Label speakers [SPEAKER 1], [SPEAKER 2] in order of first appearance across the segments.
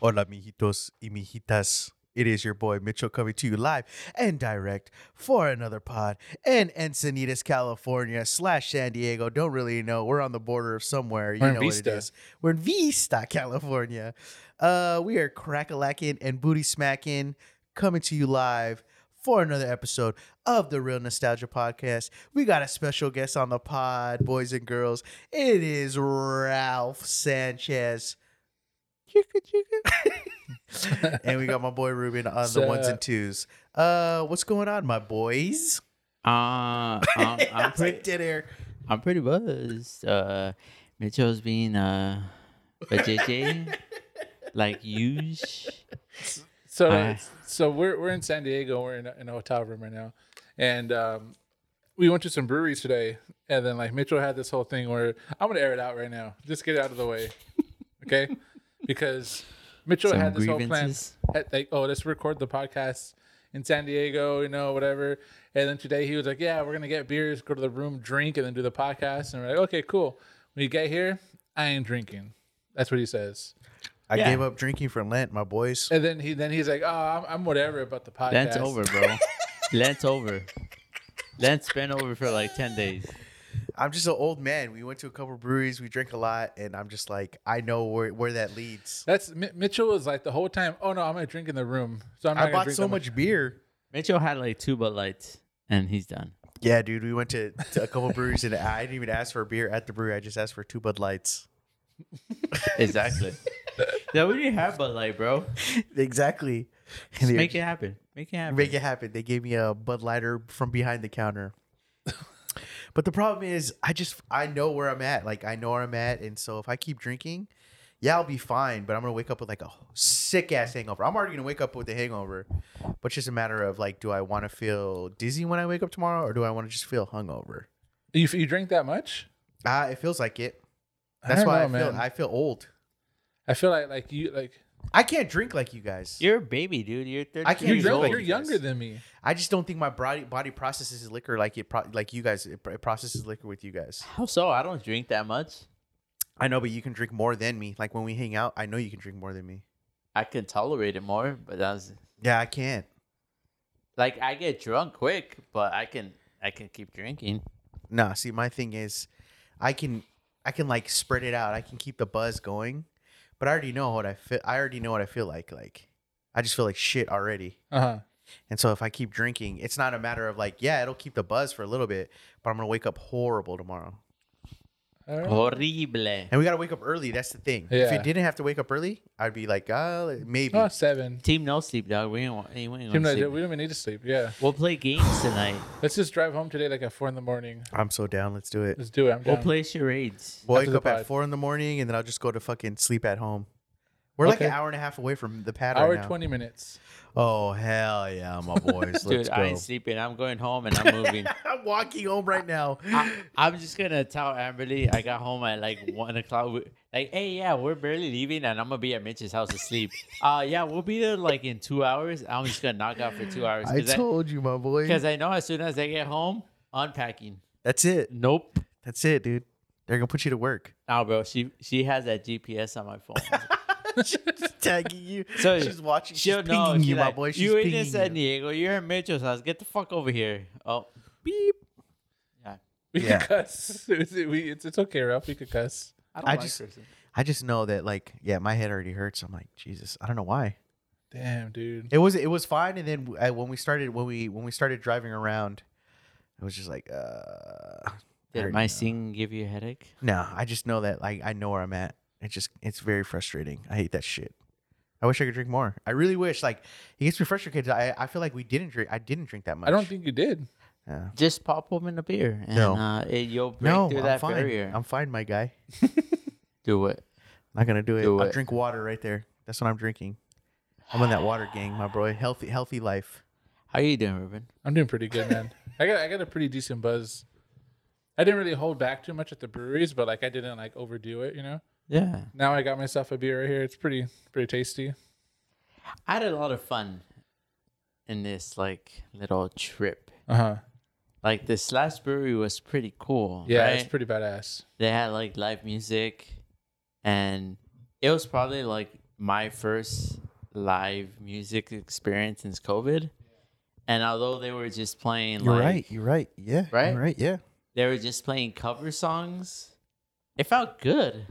[SPEAKER 1] Hola, mijitos y mijitas. It is your boy Mitchell coming to you live and direct for another pod in Encinitas, California slash San Diego. Don't really know. We're on the border of somewhere. You
[SPEAKER 2] We're in
[SPEAKER 1] know what it
[SPEAKER 2] Vista.
[SPEAKER 1] is. We're in Vista, California. Uh, we are crackalacking and booty smacking, coming to you live for another episode of the Real Nostalgia Podcast. We got a special guest on the pod, boys and girls. It is Ralph Sanchez. Chicka, chicka. and we got my boy Ruben on the ones and twos. Uh, what's going on, my boys?
[SPEAKER 3] Uh, I'm,
[SPEAKER 1] I
[SPEAKER 3] I'm,
[SPEAKER 1] was like
[SPEAKER 3] pretty,
[SPEAKER 1] dead air.
[SPEAKER 3] I'm pretty buzzed. Uh, Mitchell's being uh, a JJ, like huge.
[SPEAKER 2] So
[SPEAKER 3] I-
[SPEAKER 2] so we're we're in San Diego. We're in a, in a hotel room right now, and um, we went to some breweries today. And then like Mitchell had this whole thing where I'm gonna air it out right now. Just get it out of the way, okay? Because Mitchell
[SPEAKER 3] Some
[SPEAKER 2] had this whole plan.
[SPEAKER 3] grievances?
[SPEAKER 2] had, like, oh, let's record the podcast in San Diego, you know, whatever. And then today he was like, yeah, we're gonna get beers, go to the room, drink, and then do the podcast. And we're like, okay, cool. When you get here, I ain't drinking. That's what he says.
[SPEAKER 1] I
[SPEAKER 3] Yeah.
[SPEAKER 1] gave up drinking for Lent, my boys.
[SPEAKER 2] And then he then he's like, oh, I'm, I'm whatever about the podcast.
[SPEAKER 3] Lent's over, bro. Lent's over. Lent's been over for like 10 days.
[SPEAKER 1] I'm just an old man. We went to a couple breweries, we drank a lot, and I'm just like, I know where, where that leads.
[SPEAKER 2] That's Mi- Mitchell was like the whole time. Oh no, I'm gonna drink in the room. So I'm not
[SPEAKER 1] I
[SPEAKER 2] gonna
[SPEAKER 1] bought
[SPEAKER 2] drink
[SPEAKER 1] so
[SPEAKER 2] that
[SPEAKER 1] much beer.
[SPEAKER 3] Mitchell had like two Bud Lights, and he's done.
[SPEAKER 1] Yeah, dude, we went to, to a couple breweries and I didn't even ask for a beer at the brewery. I just asked for two Bud Lights.
[SPEAKER 3] Exactly. yeah, we didn't have Bud Light, bro.
[SPEAKER 1] exactly.
[SPEAKER 3] Just make it happen. Make it happen.
[SPEAKER 1] Make it happen. They gave me a Bud Lighter from behind the counter. but the problem is, I just I know where I'm at. Like I know where I'm at, and so if I keep drinking, yeah, I'll be fine. But I'm gonna wake up with like a sick ass hangover. I'm already gonna wake up with a hangover, but it's just a matter of like, do I want to feel dizzy when I wake up tomorrow, or do I want to just feel hungover?
[SPEAKER 2] You, you drink that much?
[SPEAKER 1] Ah, it feels like it.
[SPEAKER 2] I
[SPEAKER 1] That's
[SPEAKER 2] don't
[SPEAKER 1] why
[SPEAKER 2] know,
[SPEAKER 1] I feel
[SPEAKER 2] man.
[SPEAKER 1] I feel old.
[SPEAKER 2] I feel like like you like
[SPEAKER 1] I can't drink like you guys.
[SPEAKER 3] You're a baby, dude. You're 30
[SPEAKER 1] I can't Years
[SPEAKER 2] you
[SPEAKER 3] years
[SPEAKER 2] drink
[SPEAKER 3] old.
[SPEAKER 2] like
[SPEAKER 1] drink
[SPEAKER 2] you're
[SPEAKER 1] Yes.
[SPEAKER 2] younger than me.
[SPEAKER 1] I just don't think my body body processes liquor like it pro- like you guys it, it processes liquor with you guys.
[SPEAKER 3] How so? I don't drink that much.
[SPEAKER 1] I know, but you can drink more than me. Like when we hang out, I know you can drink more than me.
[SPEAKER 3] I can tolerate it more, but that's
[SPEAKER 1] Yeah, I can't.
[SPEAKER 3] like I get drunk quick, but I can I can keep drinking.
[SPEAKER 1] Nah, see, my thing is, I can I can like spread it out. I can keep the buzz going, but I already know what I feel. I already know what I feel like. Like I just feel like shit already.
[SPEAKER 2] Uh huh.
[SPEAKER 1] And so if I keep drinking, it's not a matter of like, yeah, it'll keep the buzz for a little bit, but I'm gonna wake up horrible tomorrow.
[SPEAKER 3] Horrible.
[SPEAKER 1] And we gotta wake up early. That's the thing. If
[SPEAKER 2] Yeah.
[SPEAKER 1] it didn't have to wake up early, I'd be like, ah, maybe.
[SPEAKER 2] Oh, seven.
[SPEAKER 3] Team no sleep, dog. We ain't, wa- we ain't gonna
[SPEAKER 2] Tim, like,
[SPEAKER 3] sleep.
[SPEAKER 2] we don't even need to sleep. Yeah.
[SPEAKER 3] We'll play games tonight.
[SPEAKER 2] Let's just drive home today like at four in the morning.
[SPEAKER 1] I'm so down. Let's do it.
[SPEAKER 2] Let's do it. I'm
[SPEAKER 3] We'll
[SPEAKER 2] down.
[SPEAKER 3] play charades.
[SPEAKER 1] We'll wake
[SPEAKER 2] After the
[SPEAKER 1] up at
[SPEAKER 2] pod.
[SPEAKER 1] four in the morning, and then I'll just go to fucking sleep at home. We're like
[SPEAKER 2] Okay.
[SPEAKER 1] an hour and a half away from the pad
[SPEAKER 2] Hour
[SPEAKER 1] right now.
[SPEAKER 2] twenty minutes.
[SPEAKER 1] Oh hell yeah, my boys!
[SPEAKER 3] Dude,
[SPEAKER 1] Let's
[SPEAKER 3] I ain't
[SPEAKER 1] go.
[SPEAKER 3] sleeping. I'm going home and I'm moving.
[SPEAKER 1] I'm walking home right now.
[SPEAKER 3] I, I'm just gonna tell Amberly I got home at like one o'clock. We- Like, hey, yeah, we're barely leaving, and I'm gonna be at Mitch's house asleep. Uh, yeah, we'll be there like in two hours. I'm just gonna knock out for two hours
[SPEAKER 1] I told you, my boy.
[SPEAKER 3] because I, know as soon as I get home, unpacking.
[SPEAKER 1] That's it.
[SPEAKER 3] Nope.
[SPEAKER 1] That's it, dude. They're gonna put you to work.
[SPEAKER 3] No, bro. She she has that GPS on my phone.
[SPEAKER 1] She's tagging you.
[SPEAKER 3] So,
[SPEAKER 1] she's watching. She's
[SPEAKER 3] She'll
[SPEAKER 1] pinging
[SPEAKER 3] know.
[SPEAKER 1] you,
[SPEAKER 3] She's
[SPEAKER 1] my
[SPEAKER 3] like,
[SPEAKER 1] boy. She's
[SPEAKER 3] you ain't in
[SPEAKER 1] pinging
[SPEAKER 3] San
[SPEAKER 1] you.
[SPEAKER 3] Diego. You're in Mitchell's house. Get the fuck over here. Oh, beep.
[SPEAKER 2] We
[SPEAKER 1] Yeah.
[SPEAKER 2] could cuss. It's, we- it's, it's okay, Ralph. We could cuss.
[SPEAKER 3] I
[SPEAKER 1] I just- I just know that, like, yeah, my head already hurts. I'm like, Jesus, I don't know why.
[SPEAKER 2] Damn, dude.
[SPEAKER 1] It was it was fine, and then uh, when we started when we when we started driving around, it was just like, uh,
[SPEAKER 3] Did
[SPEAKER 1] already
[SPEAKER 3] my
[SPEAKER 1] know.
[SPEAKER 3] singing give you a headache?
[SPEAKER 1] no, I just know that like I know where I'm at. It just it's very frustrating. I hate that shit. I wish I could drink more. I really wish. Like it gets me frustrated. 'cause I I feel like we didn't drink. I didn't drink that much.
[SPEAKER 2] I don't think you did.
[SPEAKER 1] Yeah.
[SPEAKER 3] Just pop open a beer and
[SPEAKER 1] No.
[SPEAKER 3] uh, it, you'll break
[SPEAKER 1] no,
[SPEAKER 3] through
[SPEAKER 1] I'm
[SPEAKER 3] that
[SPEAKER 1] fine.
[SPEAKER 3] barrier.
[SPEAKER 1] I'm fine, my guy.
[SPEAKER 3] Do it.
[SPEAKER 1] Not gonna do it.
[SPEAKER 3] Do
[SPEAKER 1] I'll
[SPEAKER 3] it.
[SPEAKER 1] drink water right there. That's what I'm drinking. I'm on that water gang, my boy. Healthy, healthy life.
[SPEAKER 3] How you doing, Ruben?
[SPEAKER 2] I'm doing pretty good, man. I got I got a pretty decent buzz. I didn't really hold back too much at the breweries, but like I didn't like overdo it, you know.
[SPEAKER 3] Yeah,
[SPEAKER 2] Now I got myself a beer right here. It's pretty pretty tasty.
[SPEAKER 3] I had a lot of fun in this like little trip.
[SPEAKER 2] Uh huh.
[SPEAKER 3] Like this last brewery was pretty cool.
[SPEAKER 2] Yeah,
[SPEAKER 3] right?
[SPEAKER 2] it's pretty badass.
[SPEAKER 3] they had like live music and it was probably like my first live music experience since COVID. And although they were just playing
[SPEAKER 1] You're
[SPEAKER 3] like
[SPEAKER 1] right. You're right. Yeah. you're
[SPEAKER 3] Right?
[SPEAKER 1] right. Yeah.
[SPEAKER 3] they were just playing cover songs, it felt good.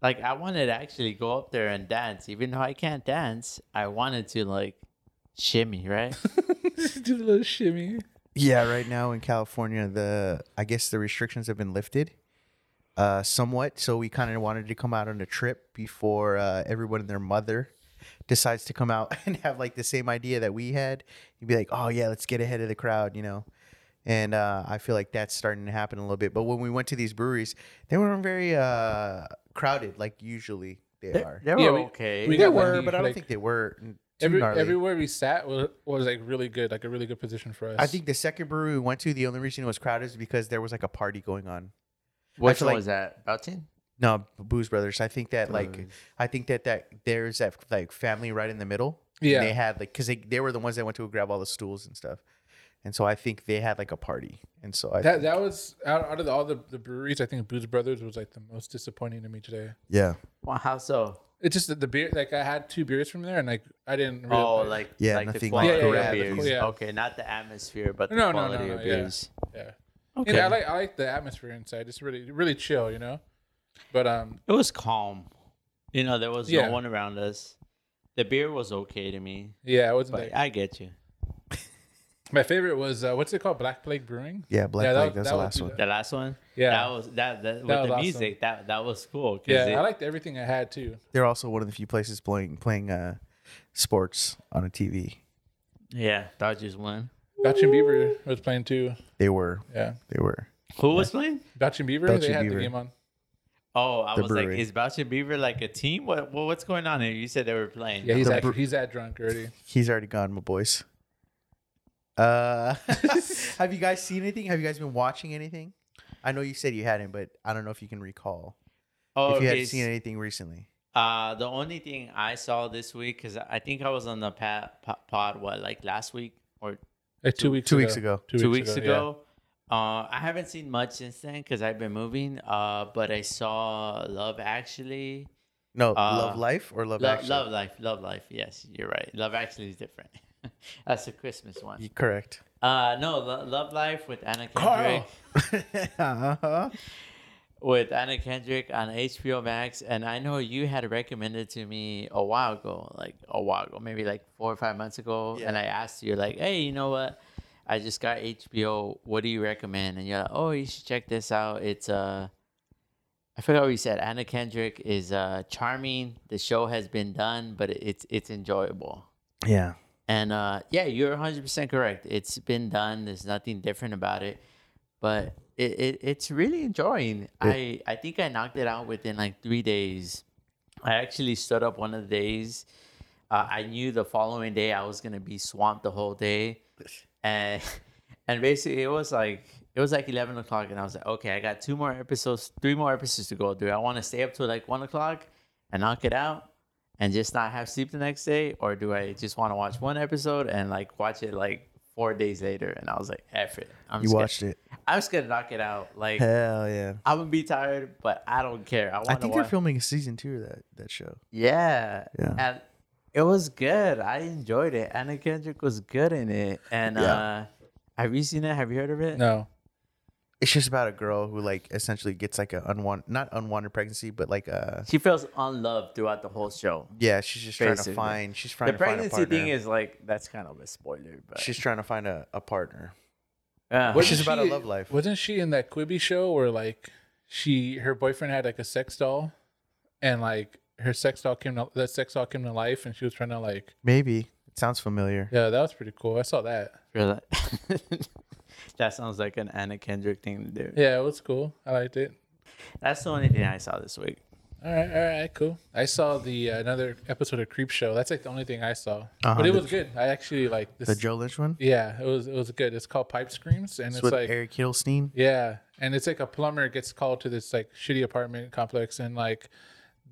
[SPEAKER 3] Like I wanted to actually go up there and dance. Even though I can't dance, I wanted to like shimmy, right?
[SPEAKER 2] Just do a little shimmy.
[SPEAKER 1] Yeah. Right now in California, the I guess the restrictions have been lifted, uh, somewhat. So we kind of wanted to come out on a trip before uh, everyone and their mother decides to come out and have like the same idea that we had. You'd be like, oh yeah, let's get ahead of the crowd, you know. And uh, I feel like that's starting to happen a little bit. But when we went to these breweries, they weren't very uh, crowded like usually they
[SPEAKER 3] They,
[SPEAKER 1] are.
[SPEAKER 3] they were
[SPEAKER 2] Yeah, we-
[SPEAKER 3] okay.
[SPEAKER 2] we
[SPEAKER 1] They
[SPEAKER 2] got
[SPEAKER 1] were,
[SPEAKER 2] lucky,
[SPEAKER 1] but I don't
[SPEAKER 2] like-
[SPEAKER 1] think they were. n- too
[SPEAKER 2] Every,
[SPEAKER 1] gnarly.
[SPEAKER 2] everywhere we sat was, was like really good, like a really good position for us.
[SPEAKER 1] I think the second brewery we went to, the only reason it was crowded is because there was like a party going on.
[SPEAKER 3] Which
[SPEAKER 1] feel
[SPEAKER 3] one
[SPEAKER 1] like-
[SPEAKER 3] was that? Belton?
[SPEAKER 1] No, Booze Brothers. I think that like I think that that there's that like family right in the middle. And
[SPEAKER 2] Yeah.
[SPEAKER 1] they had like because they they were the ones that went to grab all the stools and stuff, and so I think they had like a party, and so I
[SPEAKER 2] that that was out, out of all the, the breweries. I think Booze Brothers was like the most disappointing to me today.
[SPEAKER 1] yeah
[SPEAKER 3] Well, how so?
[SPEAKER 2] It's just that the beer, like I had two beers from there, and like I didn't. Really
[SPEAKER 3] Oh, like
[SPEAKER 1] Yeah,
[SPEAKER 3] like the
[SPEAKER 1] nothing
[SPEAKER 3] quality
[SPEAKER 2] like
[SPEAKER 3] of
[SPEAKER 2] grab
[SPEAKER 3] beers.
[SPEAKER 2] it. Yeah.
[SPEAKER 3] Okay, not the atmosphere, but the
[SPEAKER 2] No, no, no,
[SPEAKER 3] quality
[SPEAKER 2] no,
[SPEAKER 3] of
[SPEAKER 2] yeah.
[SPEAKER 3] beers.
[SPEAKER 2] yeah.
[SPEAKER 3] Okay,
[SPEAKER 2] And I like I like the atmosphere inside. It's really really chill, you know. But um,
[SPEAKER 3] it was calm. You know, there was
[SPEAKER 2] Yeah.
[SPEAKER 3] no one around us. The beer was okay to me,
[SPEAKER 2] yeah, it wasn't.
[SPEAKER 3] but
[SPEAKER 2] Like,
[SPEAKER 3] I get you.
[SPEAKER 2] my favorite was uh, what's it called? Black Plague Brewing.
[SPEAKER 1] yeah Black
[SPEAKER 2] Yeah, that
[SPEAKER 1] Plague.
[SPEAKER 2] was-
[SPEAKER 1] That's
[SPEAKER 2] that
[SPEAKER 1] the
[SPEAKER 2] was
[SPEAKER 1] last
[SPEAKER 2] the-
[SPEAKER 1] one.
[SPEAKER 3] The last one,
[SPEAKER 2] Yeah,
[SPEAKER 3] that was that, that with
[SPEAKER 2] was
[SPEAKER 3] the
[SPEAKER 2] awesome.
[SPEAKER 3] music that that was cool. 'cause
[SPEAKER 2] yeah.
[SPEAKER 3] it-
[SPEAKER 2] I liked everything I had too.
[SPEAKER 1] They're also one of the few places playing playing uh sports on a TV.
[SPEAKER 3] yeah, Dodgers won.
[SPEAKER 2] Dutch and Beaver was playing too.
[SPEAKER 1] They were
[SPEAKER 2] Yeah,
[SPEAKER 1] they were
[SPEAKER 3] Who was playing?
[SPEAKER 2] Dutch and Beaver.
[SPEAKER 1] Dutch
[SPEAKER 2] they
[SPEAKER 1] and
[SPEAKER 2] had
[SPEAKER 1] Beaver.
[SPEAKER 2] the game on.
[SPEAKER 3] Oh, I
[SPEAKER 1] The
[SPEAKER 3] was like,
[SPEAKER 1] brewery.
[SPEAKER 3] is Belcher Beaver like a team? What, what what's going on here? You said they were playing.
[SPEAKER 2] Yeah, he's
[SPEAKER 1] The
[SPEAKER 2] at,
[SPEAKER 1] Bre-
[SPEAKER 2] he's that drunk already.
[SPEAKER 1] he's already gone, my boys. Uh, have you guys seen anything? Have you guys been watching anything? I know you said you hadn't, but I don't know if you can recall
[SPEAKER 3] oh,
[SPEAKER 1] if you
[SPEAKER 3] okay,
[SPEAKER 1] had seen anything recently.
[SPEAKER 3] Uh, the only thing I saw this week, because I think I was on the pa- po- pod, what, like last week or
[SPEAKER 2] Like two weeks
[SPEAKER 1] Two weeks ago.
[SPEAKER 3] two, weeks, ago. Uh, I haven't seen much since then because I've been moving. Uh, but I saw Love Actually.
[SPEAKER 1] No,
[SPEAKER 3] Uh,
[SPEAKER 1] Love Life or Love
[SPEAKER 3] Love,
[SPEAKER 1] Actually?
[SPEAKER 3] Love Life. Love Life. Yes, you're right. Love Actually is different. That's a Christmas one.
[SPEAKER 1] You- correct.
[SPEAKER 3] Uh, no, Lo- Love Life with Anna Kendrick.
[SPEAKER 2] Carl!
[SPEAKER 1] uh-huh.
[SPEAKER 3] With Anna Kendrick on HBO Max, and I know you had recommended to me a while ago, like a while ago, maybe like four or five months ago,
[SPEAKER 1] Yeah.
[SPEAKER 3] and I asked you like, "Hey, you know what? I just got HBO. What do you recommend?" And you're like, "Oh, you should check this out. It's uh, I forgot what you said. Anna Kendrick is uh charming. The show has been done, but it's it's enjoyable."
[SPEAKER 1] Yeah.
[SPEAKER 3] And uh, yeah, you're 100% correct. It's been done. There's nothing different about it, but it, it it's really enjoying. I I think I knocked it out within like three days. I actually stood up one of the days. Uh, I knew the following day I was gonna be swamped the whole day, and and basically it was like it was like 11 o'clock, and I was like, okay, I got two more episodes, three more episodes to go through. I want to stay up till like one o'clock and knock it out and just not have sleep the next day, or do I just want to watch one episode and like watch it like four days later? And I was like, F it. I'm
[SPEAKER 1] You
[SPEAKER 3] just
[SPEAKER 1] watched it.
[SPEAKER 3] Gonna, I'm just gonna knock it out. Like
[SPEAKER 1] Hell yeah.
[SPEAKER 3] I'm gonna be tired, but I don't care. I want
[SPEAKER 1] I
[SPEAKER 3] to
[SPEAKER 1] think they're
[SPEAKER 3] watch.
[SPEAKER 1] filming a season two of that, that show.
[SPEAKER 3] yeah.
[SPEAKER 1] Yeah.
[SPEAKER 3] and it was good. I enjoyed it. Anna Kendrick was good in it. And
[SPEAKER 1] Yeah.
[SPEAKER 3] uh, have you seen it? Have you heard of it?
[SPEAKER 2] No,
[SPEAKER 1] It's just about a girl who like essentially gets like a unwanted, not unwanted pregnancy, but like uh
[SPEAKER 3] She feels unloved throughout the whole show.
[SPEAKER 1] yeah, she's just trying
[SPEAKER 3] Basically.
[SPEAKER 1] to find, she's trying
[SPEAKER 3] The
[SPEAKER 1] to find a
[SPEAKER 3] pregnancy
[SPEAKER 1] partner.
[SPEAKER 3] thing is like that's kind of a spoiler, but uh,
[SPEAKER 1] she's trying to find a, a partner.
[SPEAKER 3] Yeah.
[SPEAKER 1] Which is about a love life.
[SPEAKER 2] Wasn't she in that Quibi show where like she her boyfriend had like a sex doll, and like her sex doll came to that sex doll came to life, and she was trying to like
[SPEAKER 1] Maybe. It sounds familiar.
[SPEAKER 2] yeah, that was pretty cool. I saw that.
[SPEAKER 3] Really? that sounds like an Anna Kendrick thing to do.
[SPEAKER 2] Yeah, it was cool. I liked it.
[SPEAKER 3] That's the only thing I saw this week.
[SPEAKER 2] All right, all right, cool. I saw the uh, another episode of Creep Show. That's like the only thing I saw,
[SPEAKER 1] Uh-huh,
[SPEAKER 2] but it
[SPEAKER 1] the-
[SPEAKER 2] was good. I actually like this.
[SPEAKER 1] The Joe Lynch one?
[SPEAKER 2] yeah, it was it was good. It's called Pipe Screams, and
[SPEAKER 1] It's,
[SPEAKER 2] it's,
[SPEAKER 1] with
[SPEAKER 2] like
[SPEAKER 1] Eric Hiddleston.
[SPEAKER 2] Yeah, and it's like a plumber gets called to this like shitty apartment complex, and like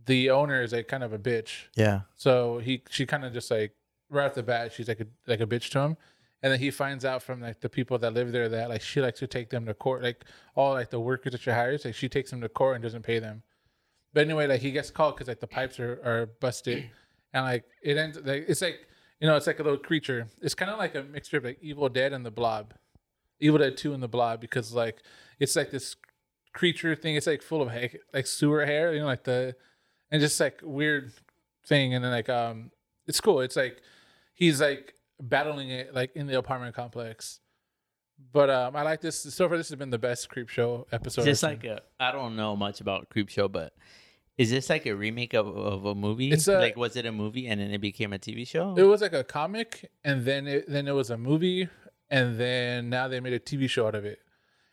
[SPEAKER 2] the owner is like kind of a bitch.
[SPEAKER 1] Yeah.
[SPEAKER 2] So he she kind of just like right off the bat she's like a like a bitch to him, and then he finds out from like the people that live there that like she likes to take them to court, like all like the workers that she hires, like she takes them to court and doesn't pay them. But anyway, like he gets called because like the pipes are, are busted, and like it ends like it's like you know it's like a little creature. It's kind of like a mixture of like Evil Dead and the Blob, Evil Dead Two and the Blob because like it's like this creature thing. It's like full of ha- like sewer hair, you know, like the and just like weird thing. And then like um, it's cool. It's like he's like battling it like in the apartment complex. But um, I like this so far. This has been the best creep show episode.
[SPEAKER 3] Just
[SPEAKER 2] I've seen.
[SPEAKER 3] like a, I don't know much about Creepshow, but is this like a remake of, of a movie?
[SPEAKER 2] It's a-
[SPEAKER 3] like was it a movie and then it became a TV show?
[SPEAKER 2] It was like a comic, and then it then it was a movie, and then now they made a TV show out of it.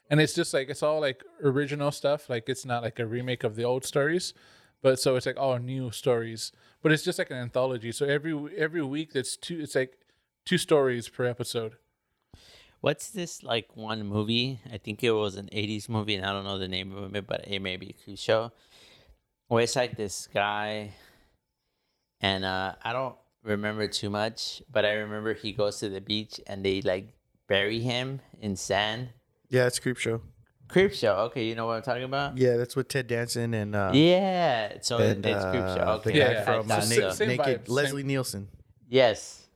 [SPEAKER 2] And it's just like it's all like original stuff. Like it's not like a remake of the old stories, but so it's like all new stories. But it's just like an anthology. So every every week that's two. It's like two stories per episode.
[SPEAKER 3] What's this like one movie? I think it was an 80s movie and I don't know the name of it, but it may be a creep show. Where it's like this guy and uh I don't remember too much, but I remember he goes to the beach and they like bury him in sand.
[SPEAKER 1] Yeah, it's creep show.
[SPEAKER 3] Creep show. Okay, you know what I'm talking about?
[SPEAKER 1] Yeah, that's with Ted Danson and uh,
[SPEAKER 3] Yeah. So
[SPEAKER 1] and,
[SPEAKER 3] it's creep
[SPEAKER 1] uh,
[SPEAKER 3] show.
[SPEAKER 1] the
[SPEAKER 3] Okay.
[SPEAKER 1] guy
[SPEAKER 2] Yeah,
[SPEAKER 3] I
[SPEAKER 1] from
[SPEAKER 3] thought
[SPEAKER 1] uh,
[SPEAKER 2] Same-
[SPEAKER 1] Naked,
[SPEAKER 2] same
[SPEAKER 1] Naked
[SPEAKER 2] vibe, same-
[SPEAKER 1] Leslie Nielsen.
[SPEAKER 3] Yes.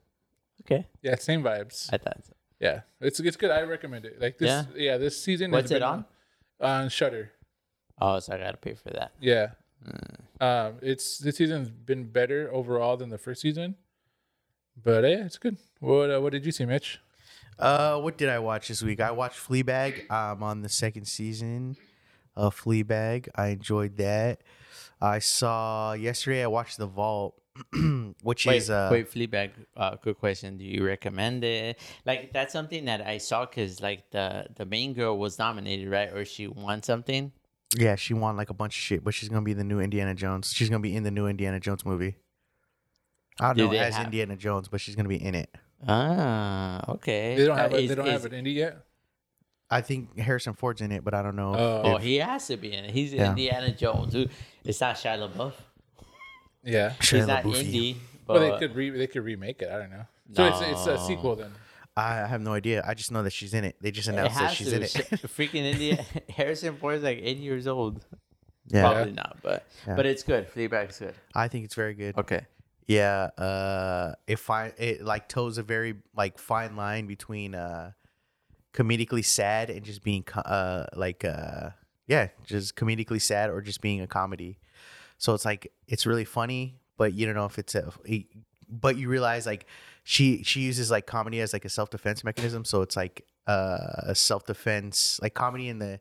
[SPEAKER 3] Okay.
[SPEAKER 2] Yeah, same vibes.
[SPEAKER 3] I thought so.
[SPEAKER 2] Yeah, it's it's good. I recommend it. Like this. Yeah,
[SPEAKER 3] Yeah?
[SPEAKER 2] this season. has
[SPEAKER 3] What's it
[SPEAKER 2] been
[SPEAKER 3] on?
[SPEAKER 2] On Shutter.
[SPEAKER 3] Oh, so I gotta pay for that.
[SPEAKER 2] Yeah.
[SPEAKER 3] Mm.
[SPEAKER 2] Um, it's this season's been better overall than the first season, but yeah, it's good. What uh, what did you see, Mitch?
[SPEAKER 1] Uh, what did I watch this week? I watched Fleabag. I'm on the second season of Fleabag. I enjoyed that. I saw yesterday. I watched The Vault, which
[SPEAKER 3] Wait,
[SPEAKER 1] is uh,
[SPEAKER 3] wait, Fleabag. Uh, good question. Do you recommend it? Like that's something that I saw because like the the main girl was nominated, right? Or she won something.
[SPEAKER 1] yeah, she won like a bunch of shit, but she's gonna be the new Indiana Jones. She's gonna be in the new Indiana Jones movie. I don't
[SPEAKER 3] Do
[SPEAKER 1] know
[SPEAKER 3] they
[SPEAKER 1] as
[SPEAKER 3] have-
[SPEAKER 1] Indiana Jones, but she's gonna be in it.
[SPEAKER 3] Ah, okay.
[SPEAKER 2] They don't have
[SPEAKER 3] Uh,
[SPEAKER 2] a,
[SPEAKER 3] is-
[SPEAKER 2] they don't
[SPEAKER 3] is-
[SPEAKER 2] have an indie yet.
[SPEAKER 1] I think Harrison Ford's in it, but I don't know.
[SPEAKER 2] Oh
[SPEAKER 3] Oh, he has to be in it. He's
[SPEAKER 1] Yeah.
[SPEAKER 3] Indiana Jones. Who- It's not Shia LaBeouf.
[SPEAKER 2] yeah.
[SPEAKER 3] He's not
[SPEAKER 1] Shia LaBeouf.
[SPEAKER 3] indie, but
[SPEAKER 2] Well, they could re- they could remake it. I don't know. So it's it's a
[SPEAKER 3] No.
[SPEAKER 2] sequel then.
[SPEAKER 1] I I have no idea. I just know that she's in it. They just
[SPEAKER 3] it
[SPEAKER 1] announced that
[SPEAKER 3] has
[SPEAKER 1] she's
[SPEAKER 3] to.
[SPEAKER 1] in it.
[SPEAKER 3] Sh- Freaking India. Harrison Ford's like eighty years old.
[SPEAKER 1] yeah,
[SPEAKER 3] Probably not, but
[SPEAKER 1] Yeah.
[SPEAKER 3] but it's good. Fleabag's good.
[SPEAKER 1] I think it's very good.
[SPEAKER 3] Okay.
[SPEAKER 1] Yeah, uh, it fine. It like toes a very like fine line between uh, comedically sad and just being co- uh like uh yeah, just comedically sad or just being a comedy. So it's like it's really funny, but you don't know if it's a. it- but you realize like she she uses like comedy as like a self defense mechanism. So it's like uh, a self defense like comedy in the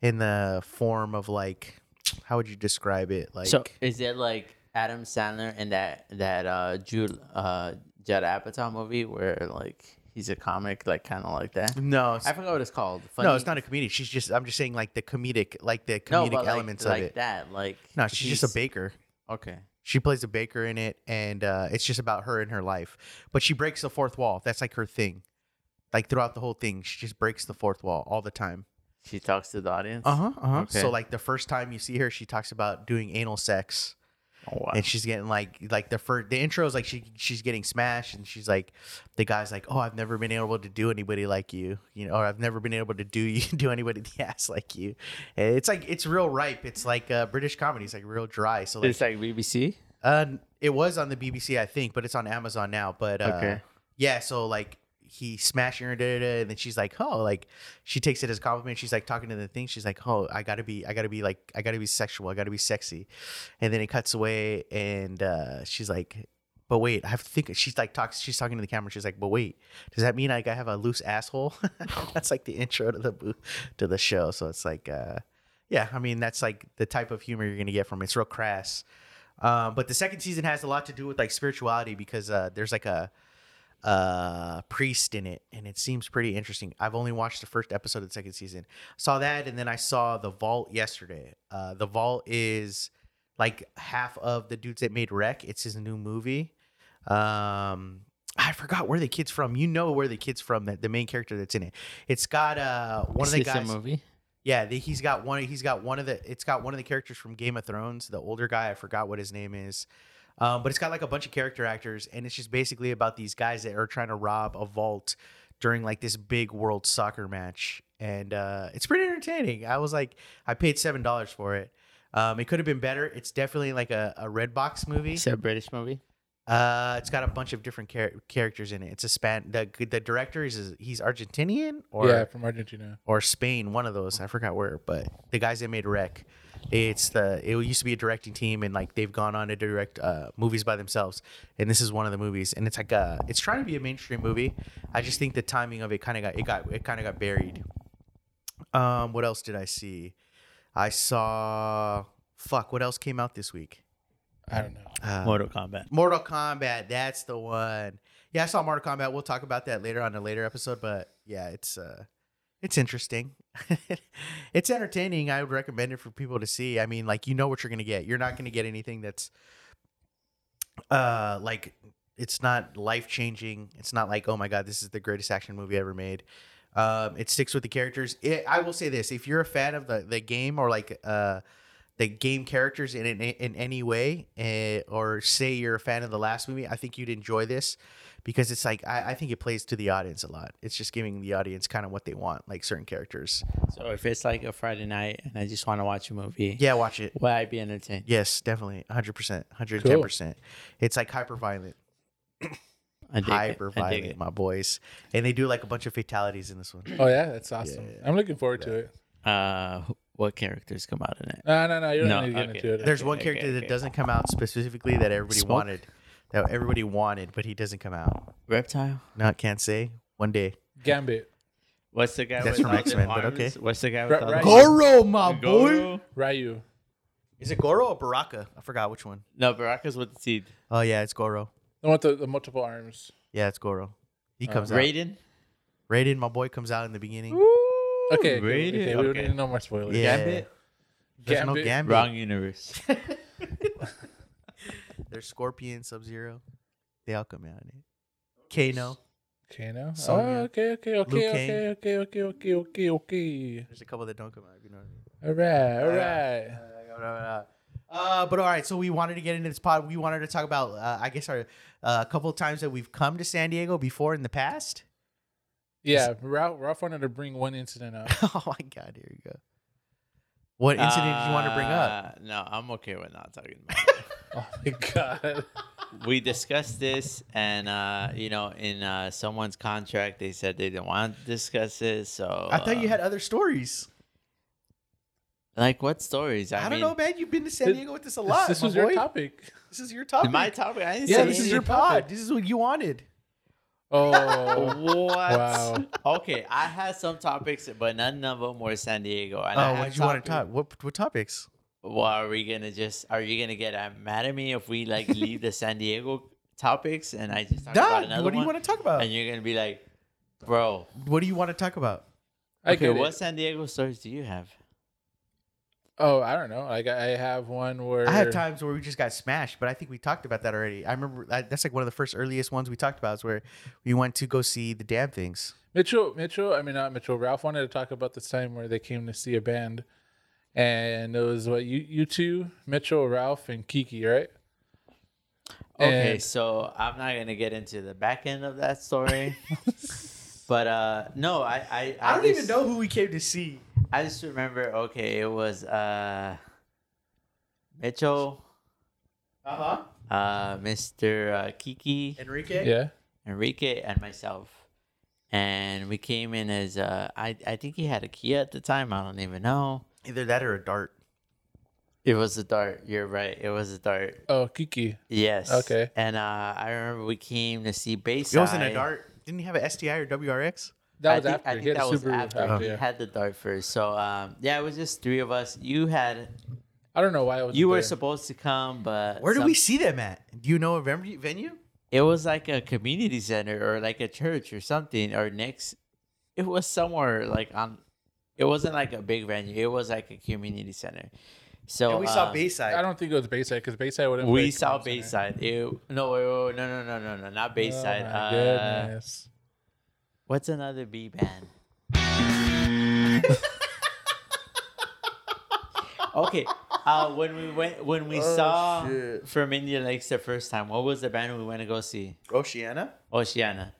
[SPEAKER 1] in the form of like how would you describe it like
[SPEAKER 3] so is it like Adam Sandler and that that uh Jude uh Judd Apatow movie where like he's a comic like kind of like that?
[SPEAKER 1] no it's-
[SPEAKER 3] I forgot what it's called.
[SPEAKER 1] No, it's not a comedic. She's just. I'm just saying, like the comedic, like the
[SPEAKER 3] No,
[SPEAKER 1] comedic
[SPEAKER 3] but, like-
[SPEAKER 1] elements
[SPEAKER 3] like
[SPEAKER 1] of it.
[SPEAKER 3] that. Like
[SPEAKER 1] No, she's just a
[SPEAKER 3] he's-
[SPEAKER 1] baker.
[SPEAKER 3] Okay.
[SPEAKER 1] She plays a baker in it, and uh, it's just about her and her life. But she breaks the fourth wall. That's like her thing. Like throughout the whole thing, she just breaks the fourth wall all the time.
[SPEAKER 3] She talks to the audience.
[SPEAKER 1] Uh huh. Uh huh.
[SPEAKER 3] Uh-huh, Okay.
[SPEAKER 1] So like the first time you see her, she talks about doing anal sex
[SPEAKER 3] Oh, wow.
[SPEAKER 1] and she's getting like like the first the intro is like she she's getting smashed and she's like the guy's like oh I've never been able to do anybody like you you know or I've never been able to do you do anybody the ass like you and it's like it's real ripe it's like uh, British comedy it's like real dry so like
[SPEAKER 3] it's like BBC.
[SPEAKER 1] uh, it was on the BBC I think but it's on Amazon now but uh,
[SPEAKER 3] Okay.
[SPEAKER 1] yeah so like he smashing her da, da, da, and then she's like oh like she takes it as a compliment she's like talking to the thing she's like oh I gotta be I gotta be like I gotta be sexual I gotta be sexy and then it cuts away and uh, she's like but wait I have to think she's like talks she's talking to the camera she's like but wait does that mean like I have a loose asshole that's like the intro to the boo- to the show so it's like uh, yeah I mean that's like the type of humor you're gonna get from it. it's real crass um, but the second season has a lot to do with like spirituality because uh, there's like a uh priest in it and it seems pretty interesting i've only watched the first episode of the second season saw that and then i saw the vault yesterday uh the vault is like half of the dudes that made wreck it's his new movie um i forgot where the kid's from you know where the kid's from that the main character that's in it it's got uh one
[SPEAKER 3] Is
[SPEAKER 1] of the
[SPEAKER 3] this a
[SPEAKER 1] guys
[SPEAKER 3] movie?
[SPEAKER 1] yeah, the, he's got one. He's got one of the. It's got one of the characters from Game of Thrones, the older guy. I forgot what his name is, um, but it's got like a bunch of character actors, and it's just basically about these guys that are trying to rob a vault during like this big world soccer match, and uh, it's pretty entertaining. I was like, I paid seven dollars for it. Um, it could have been better. It's definitely like a, a red box movie.
[SPEAKER 3] It's a British movie.
[SPEAKER 1] Uh, it's got a bunch of different char- characters in it. It's a span. The the director is he's Argentinian or
[SPEAKER 2] yeah, from Argentina.
[SPEAKER 1] or Spain, one of those. I forgot where, but the guys that made Wreck, it's the it used to be a directing team, and like they've gone on to direct uh, movies by themselves, and this is one of the movies, and it's like a it's trying to be a mainstream movie. I just think the timing of it kind of got it got it kind of got buried. Um, what else did I see? I saw fuck. What else came out this week?
[SPEAKER 2] I don't know.
[SPEAKER 1] Uh,
[SPEAKER 3] Mortal Kombat.
[SPEAKER 1] Mortal Kombat. That's the one. Yeah, I saw Mortal Kombat. We'll talk about that later on in a later episode, but yeah, it's uh it's interesting. it's entertaining. I would recommend it for people to see. I mean, like you know what you're going to get. You're not going to get anything that's uh like it's not life-changing. It's not like, "Oh my god, this is the greatest action movie ever made." Um, it sticks with the characters. It, I will say this: if you're a fan of the, the game or like uh, the game characters in in, in any way, uh, or say you're a fan of the last movie, I think you'd enjoy this because it's like I, I think it plays to the audience a lot. It's just giving the audience kind of what they want, like certain characters.
[SPEAKER 3] So if it's like a Friday night and I just want to watch a movie,
[SPEAKER 1] Yeah, watch it.
[SPEAKER 3] will I be entertained?
[SPEAKER 1] Yes, definitely, hundred percent, hundred ten percent. It's like hyper violent,
[SPEAKER 3] I dig it. I dig
[SPEAKER 1] hyper violent,
[SPEAKER 3] it.
[SPEAKER 1] my boys. And they do like a bunch of fatalities in this one.
[SPEAKER 2] Oh yeah, that's awesome. I'm looking forward to it.
[SPEAKER 3] Uh, what characters come out in it?
[SPEAKER 2] No, no, no. You don't
[SPEAKER 3] No,
[SPEAKER 2] need to get
[SPEAKER 3] okay.
[SPEAKER 2] into it.
[SPEAKER 1] There's
[SPEAKER 3] Okay,
[SPEAKER 1] one
[SPEAKER 3] okay,
[SPEAKER 1] character that
[SPEAKER 3] okay.
[SPEAKER 1] doesn't come out specifically that everybody
[SPEAKER 3] Smoke?
[SPEAKER 1] wanted. That everybody wanted, but he doesn't come out.
[SPEAKER 3] Reptile.
[SPEAKER 1] No, I can't say. One day.
[SPEAKER 2] Gambit.
[SPEAKER 3] What's the guy?
[SPEAKER 1] That's
[SPEAKER 3] with
[SPEAKER 1] from
[SPEAKER 3] all the
[SPEAKER 1] X-Men, but
[SPEAKER 3] arms?
[SPEAKER 1] okay.
[SPEAKER 3] What's the guy
[SPEAKER 2] Ra-
[SPEAKER 3] with all the
[SPEAKER 2] Ra-
[SPEAKER 3] arms?
[SPEAKER 1] Goro, my
[SPEAKER 3] Goro?
[SPEAKER 2] Ryu.
[SPEAKER 1] Is it Goro or Baraka? I forgot which one.
[SPEAKER 3] No, Baraka's with the teeth.
[SPEAKER 1] Oh yeah, it's Goro.
[SPEAKER 2] The one with the, the multiple arms.
[SPEAKER 1] Yeah, it's Goro. He
[SPEAKER 2] Uh,
[SPEAKER 1] comes out.
[SPEAKER 3] Raiden.
[SPEAKER 1] Raiden, my boy, comes out in the beginning.
[SPEAKER 2] Okay. Okay,
[SPEAKER 3] Raiden.
[SPEAKER 2] okay, we don't
[SPEAKER 3] Okay.
[SPEAKER 2] need no more spoilers.
[SPEAKER 1] Yeah.
[SPEAKER 3] Gambit.
[SPEAKER 1] There's no
[SPEAKER 2] Gambit.
[SPEAKER 1] Gambit.
[SPEAKER 3] Wrong universe.
[SPEAKER 1] There's Scorpion, Sub Zero. They all come out in it. Kano.
[SPEAKER 2] Kano. Oh,
[SPEAKER 1] Sonya.
[SPEAKER 2] okay, okay, okay,
[SPEAKER 1] Liu
[SPEAKER 2] okay, okay, okay, okay, okay, okay.
[SPEAKER 1] There's a couple that don't come out. if You know what I mean?
[SPEAKER 2] All right, all right.
[SPEAKER 1] Uh, but all right, so we wanted to get into this pod. We wanted to talk about, uh, I guess, our uh, a couple of times that we've come to San Diego before in the past.
[SPEAKER 2] Yeah, Ralph, Ralph wanted to bring one incident up.
[SPEAKER 1] oh my God, here you go. What incident did you want to bring up?
[SPEAKER 3] Uh, No, I'm okay with not talking about it.
[SPEAKER 2] oh my god.
[SPEAKER 3] we discussed this, and uh, you know, in uh, someone's contract, they said they didn't want to discuss this. So
[SPEAKER 1] I thought you
[SPEAKER 3] uh,
[SPEAKER 1] had other stories.
[SPEAKER 3] like what stories? I,
[SPEAKER 1] I, don't
[SPEAKER 3] mean,
[SPEAKER 1] know, man. You've been to San
[SPEAKER 2] This-
[SPEAKER 1] Diego with this a lot.
[SPEAKER 2] this
[SPEAKER 1] my
[SPEAKER 2] was
[SPEAKER 1] boy.
[SPEAKER 2] your topic.
[SPEAKER 1] This is your topic.
[SPEAKER 3] My topic. I didn't
[SPEAKER 2] Yeah,
[SPEAKER 3] say
[SPEAKER 1] yeah, this is
[SPEAKER 3] anything.
[SPEAKER 1] your
[SPEAKER 2] topic.
[SPEAKER 1] pod. This is what you wanted.
[SPEAKER 2] Oh,
[SPEAKER 3] What?
[SPEAKER 2] Wow.
[SPEAKER 3] Okay, I had some topics, but none of them were San Diego. And I
[SPEAKER 1] oh,
[SPEAKER 3] had
[SPEAKER 1] what you want to
[SPEAKER 3] topic-
[SPEAKER 1] talk? What what topics?
[SPEAKER 3] Well, are we gonna just? Are you gonna get uh, mad at me if we like leave the San Diego topics and I just talk about
[SPEAKER 1] Dad,
[SPEAKER 3] another
[SPEAKER 1] what do you
[SPEAKER 3] one?
[SPEAKER 1] want to talk about?
[SPEAKER 3] and you're gonna be like, bro.
[SPEAKER 1] What do you want to talk about?
[SPEAKER 2] I
[SPEAKER 3] okay,
[SPEAKER 2] get it.
[SPEAKER 3] what San Diego stories do you have?
[SPEAKER 2] Oh, I don't know. Like I I have one where
[SPEAKER 1] I had times where we just got smashed, but I think we talked about that already. I remember I, that's like one of the first earliest ones we talked about is where we went to go see the damn things.
[SPEAKER 2] Mitchell, Mitchell, I mean not Mitchell. Ralph wanted to talk about this time where they came to see a band, and it was what you you two, Mitchell, Ralph, and Kiki, right?
[SPEAKER 3] Okay,
[SPEAKER 2] And-
[SPEAKER 3] so I'm not gonna get into the back end of that story. But uh no, I I,
[SPEAKER 1] I don't even
[SPEAKER 3] just-
[SPEAKER 1] know who we came to see.
[SPEAKER 3] I just remember okay, it was uh Mitchell,
[SPEAKER 1] Uh huh.
[SPEAKER 3] uh Mr. Uh, Kiki,
[SPEAKER 1] Enrique.
[SPEAKER 2] Yeah.
[SPEAKER 3] Enrique and myself. And we came in as uh I I think he had a Kia at the time, I don't even know.
[SPEAKER 1] Either that or a dart.
[SPEAKER 3] It was a dart. You're right. It was a dart.
[SPEAKER 2] Oh, Kiki.
[SPEAKER 3] Yes.
[SPEAKER 2] Okay.
[SPEAKER 3] And uh, I remember we came to see Bayside.
[SPEAKER 1] It wasn't a dart. Didn't he have a STI or WRX?
[SPEAKER 2] That
[SPEAKER 3] I
[SPEAKER 2] was
[SPEAKER 3] think,
[SPEAKER 2] after.
[SPEAKER 3] I
[SPEAKER 2] he had
[SPEAKER 3] think that
[SPEAKER 2] a
[SPEAKER 3] was
[SPEAKER 2] Subaru
[SPEAKER 3] after, Uh-huh.
[SPEAKER 2] after,
[SPEAKER 3] he
[SPEAKER 2] yeah.
[SPEAKER 3] had the dart first. So um, yeah, it was just three of us. You had
[SPEAKER 2] I don't know why I was.
[SPEAKER 3] you were
[SPEAKER 2] supposed.
[SPEAKER 3] supposed to come, but
[SPEAKER 1] Where did
[SPEAKER 3] some-
[SPEAKER 1] we see them at? Do you know a venue? venue?
[SPEAKER 3] It was like a community center or like a church or something or next. It was somewhere like on. It wasn't like a big venue. It was like a community center. So
[SPEAKER 1] and we saw
[SPEAKER 3] um,
[SPEAKER 1] Bayside.
[SPEAKER 2] I don't think it was Bayside because Bayside wouldn't. play
[SPEAKER 3] We saw
[SPEAKER 2] Command Center.
[SPEAKER 3] Bayside. Ew. No, wait, wait, wait, no, no, no, no, no, not Bayside.
[SPEAKER 2] Oh my
[SPEAKER 3] uh,
[SPEAKER 2] goodness.
[SPEAKER 3] What's another B band? okay. Uh, when we went, when we
[SPEAKER 1] Oh,
[SPEAKER 3] saw
[SPEAKER 1] shit.
[SPEAKER 3] from India Lakes the first time, what was the band we went to go see?
[SPEAKER 1] Oceana.
[SPEAKER 3] Oceana.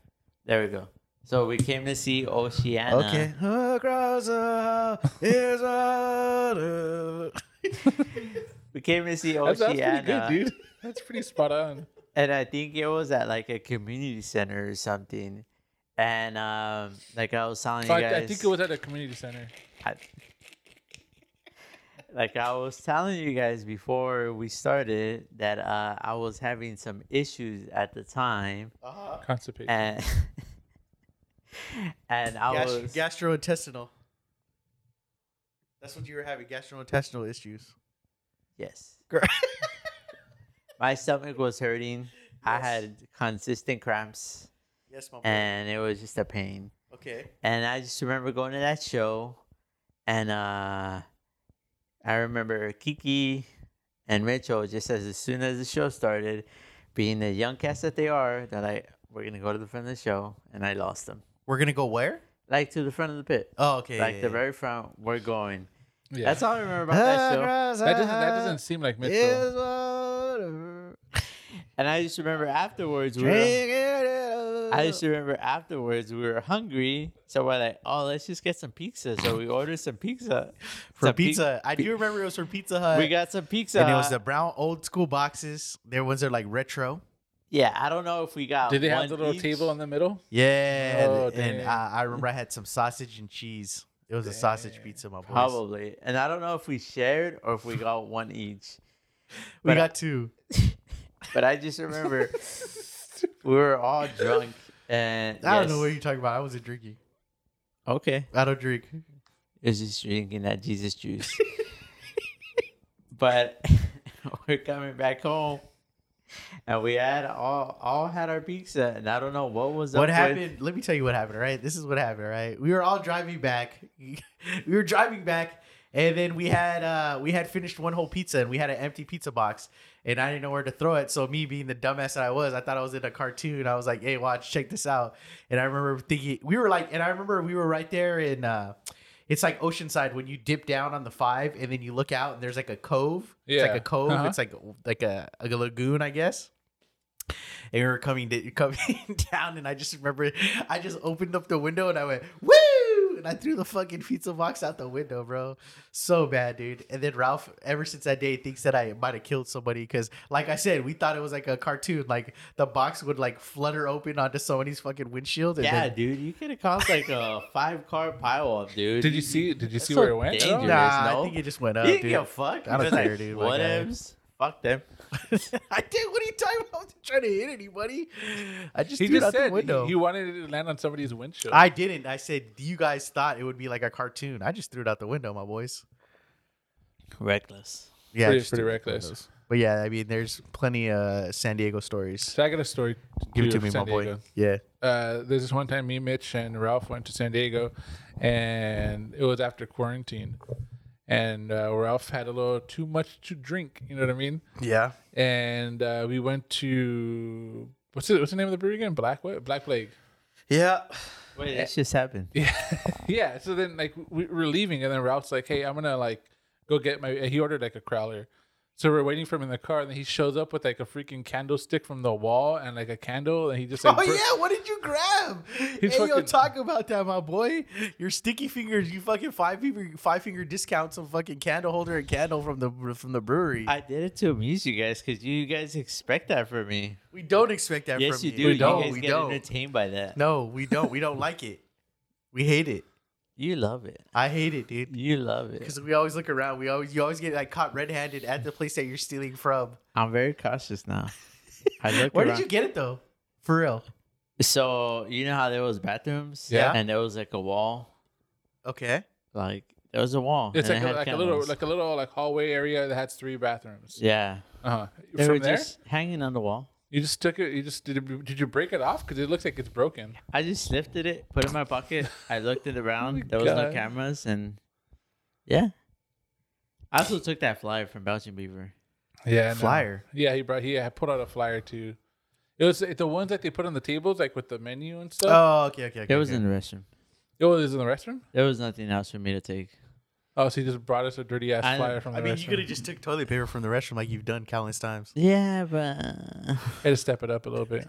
[SPEAKER 3] There we go. So we came to see Oceana.
[SPEAKER 1] Okay. Across the hall is water.
[SPEAKER 3] we came to
[SPEAKER 1] Oh,
[SPEAKER 3] see
[SPEAKER 2] That's, that's pretty
[SPEAKER 3] Oceana,
[SPEAKER 2] good, dude. That's pretty spot on.
[SPEAKER 3] and I think it was at like a community center or something. And um, like I was telling
[SPEAKER 2] So
[SPEAKER 3] you
[SPEAKER 2] I,
[SPEAKER 3] guys,
[SPEAKER 2] I think it was at a community center.
[SPEAKER 3] I- like I was telling you guys before we started that uh, I was having some issues at the time,
[SPEAKER 1] Uh-huh.
[SPEAKER 2] Constipation.
[SPEAKER 3] and and I
[SPEAKER 1] Gas-
[SPEAKER 3] was
[SPEAKER 1] gastrointestinal. That's what you were having gastrointestinal issues.
[SPEAKER 3] yes,
[SPEAKER 1] Gr-
[SPEAKER 3] my stomach was hurting. I
[SPEAKER 1] Yes.
[SPEAKER 3] had consistent cramps,
[SPEAKER 1] yes, my boy.
[SPEAKER 3] and it was just a pain.
[SPEAKER 1] okay.
[SPEAKER 3] And I just remember going to that show, and uh, I remember Kiki and Mitchell just as, as soon as the show started, being the young cast that they are, they're like, "We're gonna go to the front of the show," and I lost them,
[SPEAKER 1] We're gonna go where?
[SPEAKER 3] like to the front of the pit,
[SPEAKER 1] Oh, okay.
[SPEAKER 3] like the very front. We're going.
[SPEAKER 2] yeah.
[SPEAKER 3] That's all I remember about that show.
[SPEAKER 2] that doesn't that doesn't seem like Mitchell.
[SPEAKER 1] Is water.
[SPEAKER 3] And I just remember afterwards, we were,
[SPEAKER 1] Drink it
[SPEAKER 3] I
[SPEAKER 1] up.
[SPEAKER 3] just remember afterwards we were hungry, so we're like, "Oh, let's just get some pizza." So we ordered some pizza.
[SPEAKER 1] for
[SPEAKER 3] Some pi-
[SPEAKER 1] pizza. I do remember it was from Pizza Hut.
[SPEAKER 3] we got some pizza.
[SPEAKER 1] and it was
[SPEAKER 3] Hut.
[SPEAKER 1] the brown old school boxes. Their ones are like retro.
[SPEAKER 3] Yeah, I don't know if we got.
[SPEAKER 2] Did they have
[SPEAKER 3] one
[SPEAKER 2] the little
[SPEAKER 3] each.
[SPEAKER 2] table in the middle?
[SPEAKER 1] Yeah,
[SPEAKER 2] Oh,
[SPEAKER 1] and, and
[SPEAKER 2] dang.
[SPEAKER 1] I, I remember I had some sausage and cheese. It was a sausage
[SPEAKER 2] Dang.
[SPEAKER 1] pizza, my boys.
[SPEAKER 3] Probably, and I don't know if we shared or if we got one each.
[SPEAKER 1] We
[SPEAKER 3] But-
[SPEAKER 1] got two.
[SPEAKER 3] But I just remember we were all drunk, and
[SPEAKER 1] I don't know
[SPEAKER 3] yes.
[SPEAKER 1] what you're talking about. I wasn't drinking.
[SPEAKER 3] Okay,
[SPEAKER 1] I don't drink.
[SPEAKER 3] it was just drinking that Jesus juice. but we're coming back home, and we had all all had our pizza, and I don't know what was up
[SPEAKER 1] What
[SPEAKER 3] with-
[SPEAKER 1] happened? Let me tell you what happened. all Right, this is what happened. all Right, we were all driving back. we were driving back, and then we had uh we had finished one whole pizza, and we had an empty pizza box, and I didn't know where to throw it. So me being the dumbass that I was, I thought I was in a cartoon. I was like, "Hey, watch, check this out." And I remember thinking we were like, and I remember we were right there in. uh it's like Oceanside when you dip down on the five and then you look out and there's like a cove. It's
[SPEAKER 2] Yeah.
[SPEAKER 1] like a cove.
[SPEAKER 2] Uh-huh.
[SPEAKER 1] It's like like a, a lagoon, I guess and we were coming da- coming down, and I just remember I just opened up the window and I went woo, and I threw the fucking pizza box out the window, bro. So bad, dude. And then Ralph, ever since that day, thinks that I might have killed somebody because, like I said, we thought it was like a cartoon. Like the box would like flutter open onto somebody's fucking windshield. And
[SPEAKER 3] Yeah,
[SPEAKER 1] then,
[SPEAKER 3] dude, you could have caused like a five car pile up, dude.
[SPEAKER 2] Did you see? Did you
[SPEAKER 3] That's
[SPEAKER 2] see
[SPEAKER 3] so
[SPEAKER 2] where it went? at all?
[SPEAKER 3] dangerous.
[SPEAKER 1] nah,
[SPEAKER 3] no.
[SPEAKER 1] I think it just went up,
[SPEAKER 3] you didn't
[SPEAKER 1] dude.
[SPEAKER 3] give a fuck.
[SPEAKER 1] I don't
[SPEAKER 3] You're
[SPEAKER 1] care,
[SPEAKER 3] like,
[SPEAKER 1] dude, my
[SPEAKER 3] What
[SPEAKER 1] guy.
[SPEAKER 3] ifs? Fuck them.
[SPEAKER 1] I did. What are you talking about? I wasn't trying to hit anybody. I just
[SPEAKER 2] He
[SPEAKER 1] threw it
[SPEAKER 2] just
[SPEAKER 1] out
[SPEAKER 2] said
[SPEAKER 1] the window.
[SPEAKER 2] he, he wanted it to land on somebody's windshield.
[SPEAKER 1] I didn't. I said you guys thought it would be like a cartoon. I just threw it out the window, my boys.
[SPEAKER 3] Reckless.
[SPEAKER 1] Yeah,
[SPEAKER 2] Pretty-
[SPEAKER 1] just
[SPEAKER 2] pretty
[SPEAKER 1] threw it out the
[SPEAKER 2] reckless.
[SPEAKER 1] windows. But yeah, I mean, there's plenty of San Diego stories.
[SPEAKER 2] so I got a story.
[SPEAKER 1] Give it to
[SPEAKER 2] for
[SPEAKER 1] me, my
[SPEAKER 2] San
[SPEAKER 1] boy.
[SPEAKER 2] Diego.
[SPEAKER 1] Yeah.
[SPEAKER 2] Uh, there's this one time me, Mitch, and Ralph went to San Diego, and it was after quarantine, and uh, Ralph had a little too much to drink. You know what I mean?
[SPEAKER 1] Yeah.
[SPEAKER 2] And uh, we went to what's it? What's the name of the brewery again? Black what? Black Plague.
[SPEAKER 1] Yeah.
[SPEAKER 3] Wait, this just happened.
[SPEAKER 2] yeah. So then like we were leaving, and then Ralph's like, "Hey, I'm gonna like go get my." He ordered like a crowler, so we're waiting for him in the car, and then he shows up with like a freaking candlestick from the wall and like a candle, and he just like
[SPEAKER 1] oh
[SPEAKER 2] bur-
[SPEAKER 1] yeah, what did you grab? Hey,
[SPEAKER 2] He's
[SPEAKER 1] yo,
[SPEAKER 2] fucking-
[SPEAKER 1] talk about that, my boy. Your sticky fingers, you fucking five finger five finger discount some fucking candle holder and candle from the from the brewery.
[SPEAKER 3] I did it to amuse you guys because you guys expect that from me.
[SPEAKER 1] we don't expect that
[SPEAKER 3] yes,
[SPEAKER 1] from
[SPEAKER 3] you
[SPEAKER 1] you.
[SPEAKER 3] do.
[SPEAKER 1] We
[SPEAKER 3] you
[SPEAKER 1] don't.
[SPEAKER 3] guys
[SPEAKER 1] we
[SPEAKER 3] get
[SPEAKER 1] don't.
[SPEAKER 3] entertained by that.
[SPEAKER 1] No, we don't. We don't like it. We hate it.
[SPEAKER 3] You love it.
[SPEAKER 1] I hate it, dude.
[SPEAKER 3] You love it.
[SPEAKER 1] Because we always look around. We always you always get like caught red handed at the place that you're stealing from.
[SPEAKER 3] I'm very cautious now. I look
[SPEAKER 1] Where
[SPEAKER 3] around.
[SPEAKER 1] did you get it though? For real.
[SPEAKER 3] So you know how there was bathrooms,
[SPEAKER 2] Yeah.
[SPEAKER 3] and there was like a wall,
[SPEAKER 1] Okay.
[SPEAKER 3] like there was a wall.
[SPEAKER 2] It's
[SPEAKER 3] and
[SPEAKER 2] like
[SPEAKER 3] it
[SPEAKER 2] a,
[SPEAKER 3] had
[SPEAKER 2] like a little
[SPEAKER 3] candles.
[SPEAKER 2] like a little like hallway area that has three bathrooms.
[SPEAKER 3] yeah.
[SPEAKER 2] Uh-huh.
[SPEAKER 3] They were
[SPEAKER 2] From there,
[SPEAKER 3] just hanging on the wall.
[SPEAKER 2] you just took it. You just did. You, did you break it off? Because it looks like it's broken.
[SPEAKER 3] I just lifted it, put it in my pocket. I looked it around.
[SPEAKER 2] my
[SPEAKER 3] there was no
[SPEAKER 2] God.
[SPEAKER 3] cameras, and yeah. I also took that flyer from Belgian Beaver.
[SPEAKER 2] Yeah. no.
[SPEAKER 1] Flyer.
[SPEAKER 2] Yeah, he brought. He had put out a flyer too. It was the ones that they put on the tables, like with the menu and stuff.
[SPEAKER 1] Oh, okay, okay. okay
[SPEAKER 3] It was
[SPEAKER 1] okay.
[SPEAKER 3] in the restroom.
[SPEAKER 2] it was in the restroom.
[SPEAKER 3] There was nothing else for me to take.
[SPEAKER 2] Oh, so he just brought us a dirty ass
[SPEAKER 3] I-
[SPEAKER 2] flyer from the
[SPEAKER 1] I mean,
[SPEAKER 2] restroom.
[SPEAKER 1] you could have just took toilet paper from the restroom like you've done countless times.
[SPEAKER 3] Yeah, but
[SPEAKER 2] had to step it up a little bit.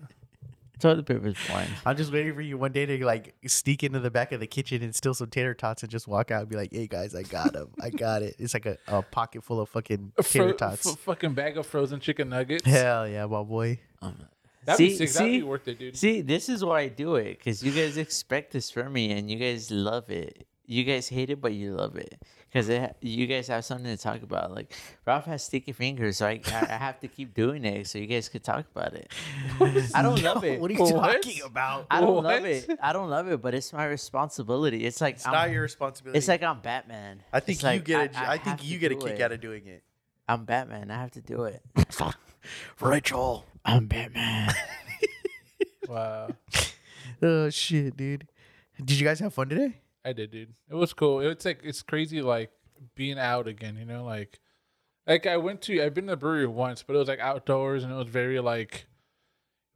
[SPEAKER 3] Toilet paper is blind.
[SPEAKER 1] I'm just waiting for you one day to like sneak into the back of the kitchen and steal some tater tots and just walk out and be like, "Hey guys, I got them. I got it." It's like a, a pocket full of fucking
[SPEAKER 2] A
[SPEAKER 1] tater
[SPEAKER 2] fro-
[SPEAKER 1] tots.
[SPEAKER 2] f- fucking bag of frozen chicken nuggets.
[SPEAKER 1] Hell yeah, my boy.
[SPEAKER 3] Um,
[SPEAKER 2] That'd
[SPEAKER 3] see,
[SPEAKER 2] be sick. That'd
[SPEAKER 3] see,
[SPEAKER 2] be worth it, dude.
[SPEAKER 3] see, this is why I do it because you guys expect this from me and you guys love it. You guys hate it, but you love it because you guys have something to talk about. Like Ralph has sticky fingers, so I, I I have to keep doing it so you guys could talk about it. I don't love it.
[SPEAKER 1] What are you
[SPEAKER 2] What?
[SPEAKER 1] talking about?
[SPEAKER 3] I don't
[SPEAKER 2] What?
[SPEAKER 3] love it. I don't love it, but it's my responsibility. It's like
[SPEAKER 1] It's
[SPEAKER 3] I'm,
[SPEAKER 1] not your responsibility.
[SPEAKER 3] It's like I'm Batman.
[SPEAKER 1] I think
[SPEAKER 3] It's
[SPEAKER 1] you
[SPEAKER 3] like,
[SPEAKER 1] get. a- I
[SPEAKER 3] have
[SPEAKER 1] think you
[SPEAKER 3] to
[SPEAKER 1] get a
[SPEAKER 3] do
[SPEAKER 1] kick
[SPEAKER 3] it.
[SPEAKER 1] out of doing it.
[SPEAKER 3] I'm Batman. I have to do it.
[SPEAKER 1] Rachel.
[SPEAKER 3] I'm Batman.
[SPEAKER 2] Wow,
[SPEAKER 1] Oh shit, dude. Did you guys have fun today?
[SPEAKER 2] I did, dude. It was cool. It's like it's crazy, like being out again. You know, like like I went to. I've been to the brewery once, but it was like outdoors, and it was very like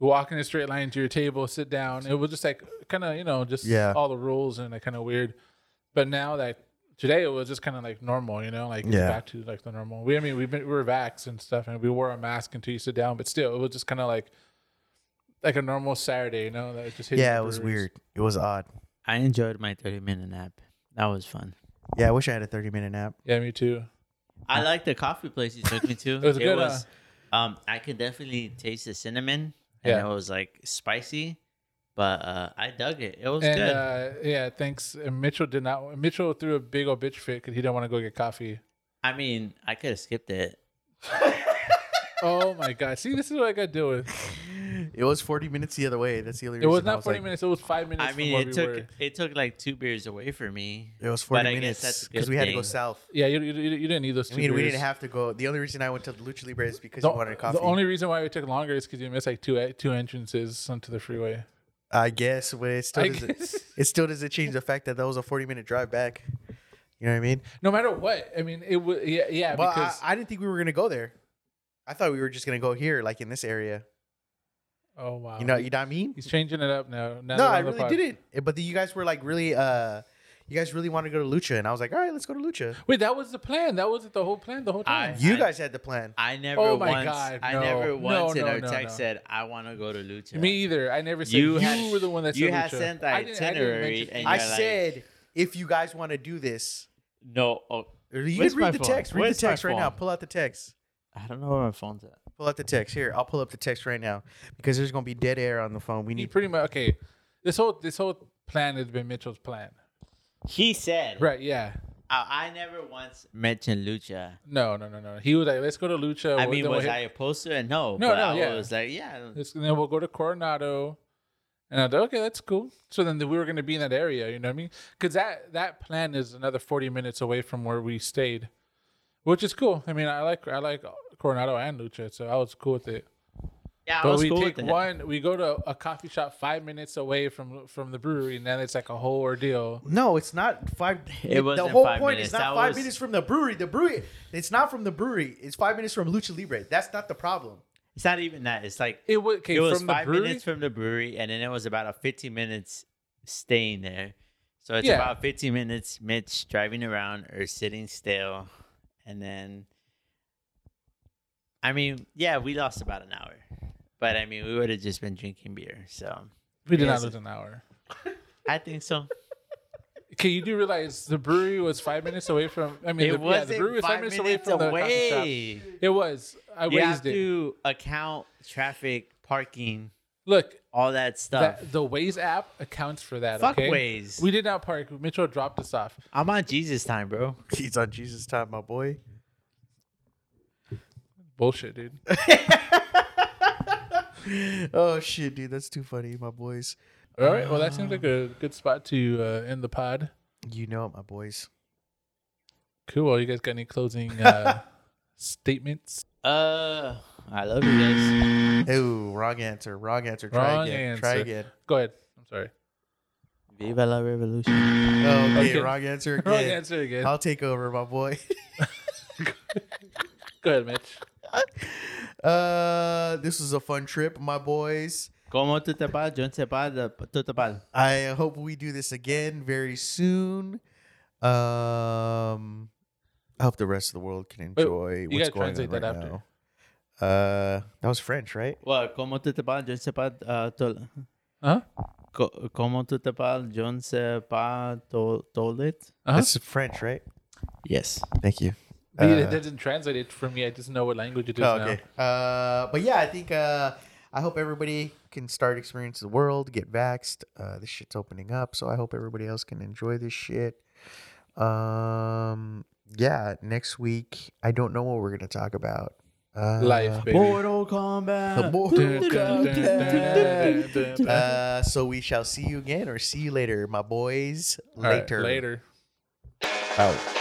[SPEAKER 2] walking in a straight line to your table, sit down. It was just like kind of you know just
[SPEAKER 1] Yeah.
[SPEAKER 2] all the rules and like kind of weird. But now that today it was just kind of like normal, you know, like it's
[SPEAKER 1] Yeah.
[SPEAKER 2] back to like the normal. We I mean we've been, we were vaxxed and stuff, and we wore a mask until you sit down, but still it was just kind of like. Like a normal Saturday, you know, that was just hitting
[SPEAKER 1] Yeah,
[SPEAKER 2] the
[SPEAKER 1] it was
[SPEAKER 2] breweries.
[SPEAKER 1] weird. It was odd.
[SPEAKER 3] I enjoyed my 30 minute nap. That was fun.
[SPEAKER 1] Yeah, I wish I had a 30 minute nap.
[SPEAKER 2] Yeah, me too.
[SPEAKER 3] I like the coffee place you took me to.
[SPEAKER 2] It was good,
[SPEAKER 3] um, I could definitely taste the cinnamon, and
[SPEAKER 2] Yeah.
[SPEAKER 3] it was like spicy, but uh, I dug it. It was
[SPEAKER 2] and
[SPEAKER 3] good.
[SPEAKER 2] uh, yeah, thanks. And Mitchell did not. Mitchell threw a big old bitch fit because he didn't want to go get coffee.
[SPEAKER 3] I mean, I could have skipped it.
[SPEAKER 2] oh my god! See, this is what I got to deal with.
[SPEAKER 1] It was 40 minutes the other way. That's the only
[SPEAKER 2] It
[SPEAKER 1] reason.
[SPEAKER 2] was
[SPEAKER 1] I
[SPEAKER 2] not forty
[SPEAKER 1] like-
[SPEAKER 2] minutes. It was five minutes.
[SPEAKER 3] I mean,
[SPEAKER 2] from where
[SPEAKER 3] it
[SPEAKER 2] we
[SPEAKER 3] took
[SPEAKER 2] were.
[SPEAKER 3] it took like two beers away from me.
[SPEAKER 1] It was 40
[SPEAKER 3] But I guess
[SPEAKER 1] minutes
[SPEAKER 3] that's a
[SPEAKER 1] because
[SPEAKER 3] good
[SPEAKER 1] we had to
[SPEAKER 3] thing.
[SPEAKER 1] go south.
[SPEAKER 2] Yeah, you, you, you didn't need those. Two
[SPEAKER 1] I mean, we
[SPEAKER 2] beers.
[SPEAKER 1] didn't have to go. The only reason I went to Lucha Libre is because
[SPEAKER 2] The,
[SPEAKER 1] you wanted coffee.
[SPEAKER 2] the only reason why it took longer is because you missed like two e, two entrances onto the freeway.
[SPEAKER 1] I guess, but it still
[SPEAKER 2] I
[SPEAKER 1] doesn't.
[SPEAKER 2] guess.
[SPEAKER 1] It still doesn't change the fact that that was a 40 minute drive back. You know what I mean?
[SPEAKER 2] No matter what, I mean, it was yeah, yeah.
[SPEAKER 1] Well, I,
[SPEAKER 2] because
[SPEAKER 1] I didn't think we were gonna go there. I thought we were just gonna go here, like in this area.
[SPEAKER 2] oh wow,
[SPEAKER 1] You know, you know what I mean?
[SPEAKER 2] he's changing it up now.
[SPEAKER 1] No,
[SPEAKER 2] now that we're
[SPEAKER 1] I
[SPEAKER 2] on the
[SPEAKER 1] really
[SPEAKER 2] pod-
[SPEAKER 1] didn't. Eh, But then you guys were like really, uh you guys really want to go to Lucha, and I was like, all right, let's go to Lucha.
[SPEAKER 2] Wait, that was the plan. That was the whole plan the whole
[SPEAKER 3] I-
[SPEAKER 2] time.
[SPEAKER 1] You
[SPEAKER 3] I-
[SPEAKER 1] guys had the plan.
[SPEAKER 3] I never
[SPEAKER 2] Oh my
[SPEAKER 3] once.
[SPEAKER 2] God,
[SPEAKER 3] I
[SPEAKER 2] no.
[SPEAKER 3] never
[SPEAKER 2] No,
[SPEAKER 3] once in
[SPEAKER 2] no,
[SPEAKER 3] our
[SPEAKER 2] no,
[SPEAKER 3] text
[SPEAKER 2] no.
[SPEAKER 3] said I want to go to Lucha.
[SPEAKER 2] Me either. I never said
[SPEAKER 3] You
[SPEAKER 2] you,
[SPEAKER 3] had-
[SPEAKER 2] were the one that said
[SPEAKER 3] you had
[SPEAKER 2] Lucha.
[SPEAKER 3] sent the
[SPEAKER 2] I didn't- I didn't
[SPEAKER 3] itinerary
[SPEAKER 2] mention-
[SPEAKER 3] and
[SPEAKER 1] I
[SPEAKER 3] you're like-
[SPEAKER 1] said, if you guys want to do this,
[SPEAKER 3] No, oh,
[SPEAKER 1] you
[SPEAKER 3] Where's
[SPEAKER 1] can
[SPEAKER 3] my
[SPEAKER 1] read the
[SPEAKER 3] phone?
[SPEAKER 1] text. Read
[SPEAKER 3] Where's
[SPEAKER 1] the
[SPEAKER 3] my
[SPEAKER 1] text right now.
[SPEAKER 3] phone?
[SPEAKER 1] Pull out the text.
[SPEAKER 3] I don't know where my phone's at.
[SPEAKER 1] Pull out the text. Here, I'll pull up the text right now because there's gonna be dead air on the phone. We
[SPEAKER 2] You
[SPEAKER 1] need.
[SPEAKER 2] pretty much okay. This whole this whole plan has been Mitchell's plan.
[SPEAKER 3] He said,
[SPEAKER 2] Right, yeah.
[SPEAKER 3] I, I never once mentioned Lucha.
[SPEAKER 2] No, no, no, no. He was like, let's go to Lucha.
[SPEAKER 3] I
[SPEAKER 2] Oh, we'll-
[SPEAKER 3] mean,
[SPEAKER 2] then we'll
[SPEAKER 3] was
[SPEAKER 2] hit-
[SPEAKER 3] I opposed to it? No.
[SPEAKER 2] No,
[SPEAKER 3] but
[SPEAKER 2] no,
[SPEAKER 3] I
[SPEAKER 2] yeah.
[SPEAKER 3] was like, yeah.
[SPEAKER 2] let's- and then we'll go to Coronado. And I thought, okay, that's cool. So then we were going to be in that area, you know what I mean? Because that, that plan is another 40 minutes away from where we stayed, which is cool. I mean, I like I like Coronado and Lucha, so I was cool with it.
[SPEAKER 3] Yeah, I
[SPEAKER 2] But
[SPEAKER 3] was
[SPEAKER 2] we
[SPEAKER 3] cool
[SPEAKER 2] take
[SPEAKER 3] with it.
[SPEAKER 2] one, we go to a coffee shop five minutes away from from the brewery, and then it's like a whole ordeal.
[SPEAKER 1] No, it's not five.
[SPEAKER 3] It
[SPEAKER 1] the
[SPEAKER 3] wasn't
[SPEAKER 1] whole
[SPEAKER 3] five
[SPEAKER 1] point
[SPEAKER 3] minutes.
[SPEAKER 1] is not
[SPEAKER 3] That
[SPEAKER 1] five
[SPEAKER 3] was-
[SPEAKER 1] minutes from the brewery. The brewery. It's not from the brewery. It's five minutes from Lucha Libre. That's not the problem.
[SPEAKER 3] It's not even that. It's like,
[SPEAKER 2] It was, okay,
[SPEAKER 3] it was
[SPEAKER 2] from
[SPEAKER 3] five
[SPEAKER 2] the brewery,
[SPEAKER 3] minutes from the brewery, and then it was about a 15 minutes staying there. So it's
[SPEAKER 2] Yeah.
[SPEAKER 3] about 15 minutes, Mitch driving around or sitting still. And then, I mean, yeah, we lost about an hour. But I mean, we would have just been drinking beer. So
[SPEAKER 2] we did not
[SPEAKER 3] Yes.
[SPEAKER 2] lose an hour.
[SPEAKER 3] I think so.
[SPEAKER 2] Okay, you do realize the brewery was five minutes away from. I mean,
[SPEAKER 3] it
[SPEAKER 2] the, yeah,
[SPEAKER 3] wasn't
[SPEAKER 2] the brewery was
[SPEAKER 3] five
[SPEAKER 2] five
[SPEAKER 3] minutes,
[SPEAKER 2] minutes away from the coffee
[SPEAKER 3] away.
[SPEAKER 2] shop. It was. I
[SPEAKER 3] You have
[SPEAKER 2] raised it.
[SPEAKER 3] to account traffic, parking,
[SPEAKER 2] Look,
[SPEAKER 3] all that stuff.
[SPEAKER 2] that, the Waze app accounts for that.
[SPEAKER 3] Fuck
[SPEAKER 2] okay?
[SPEAKER 3] Waze.
[SPEAKER 2] We did not park. Mitchell dropped us off.
[SPEAKER 3] I'm on Jesus time, bro.
[SPEAKER 1] He's on Jesus time, my boy.
[SPEAKER 2] Bullshit, dude.
[SPEAKER 1] Oh shit, dude, that's too funny, my boys.
[SPEAKER 2] All right. Well, that seems like a good spot to uh, end the pod.
[SPEAKER 1] You know it, my boys.
[SPEAKER 2] Cool. Well, you guys got any closing uh, statements?
[SPEAKER 3] Uh, I love you guys.
[SPEAKER 1] Ooh, wrong answer. Wrong answer. Try
[SPEAKER 2] Wrong
[SPEAKER 1] again. Try
[SPEAKER 2] answer.
[SPEAKER 1] again.
[SPEAKER 2] Go ahead. I'm sorry.
[SPEAKER 3] Viva la revolution.
[SPEAKER 1] Oh, Okay,
[SPEAKER 2] Okay.
[SPEAKER 1] wrong answer again.
[SPEAKER 2] Wrong answer again.
[SPEAKER 1] I'll take over, my boy.
[SPEAKER 2] Go ahead, Mitch.
[SPEAKER 1] Uh, this was a fun trip, my boys.
[SPEAKER 3] Como tu te vas, yo te vas, tú te vas.
[SPEAKER 1] I hope we do this again very soon. Um, I hope the rest of the world can enjoy
[SPEAKER 2] you
[SPEAKER 1] what's
[SPEAKER 2] gotta
[SPEAKER 1] going on right
[SPEAKER 2] translate that
[SPEAKER 1] now. Uh, that was French, right?
[SPEAKER 3] Well, como tu te parles, je ne sais pas euh, tol-
[SPEAKER 2] Huh?
[SPEAKER 3] co- comment tu te parles, je ne sais pas to- toilet.
[SPEAKER 2] Huh?
[SPEAKER 1] That's French, right?
[SPEAKER 3] Yes.
[SPEAKER 1] Thank you.
[SPEAKER 2] Dude,
[SPEAKER 1] Uh,
[SPEAKER 2] it doesn't translate it for me. I just know what language it is
[SPEAKER 1] Oh,
[SPEAKER 2] now.
[SPEAKER 1] okay. Uh, but yeah, I think uh, I hope everybody can start experiencing the world, get vaxxed. Uh, this shit's opening up, so I hope everybody else can enjoy this shit. Um, yeah, next week I don't know what we're gonna talk about. Uh,
[SPEAKER 2] Life, baby.
[SPEAKER 3] Mortal Kombat.
[SPEAKER 1] Mortal Kombat. Uh, so we shall see you again, or see you later, my boys.
[SPEAKER 2] All right,
[SPEAKER 1] Later.
[SPEAKER 2] later.
[SPEAKER 1] Out.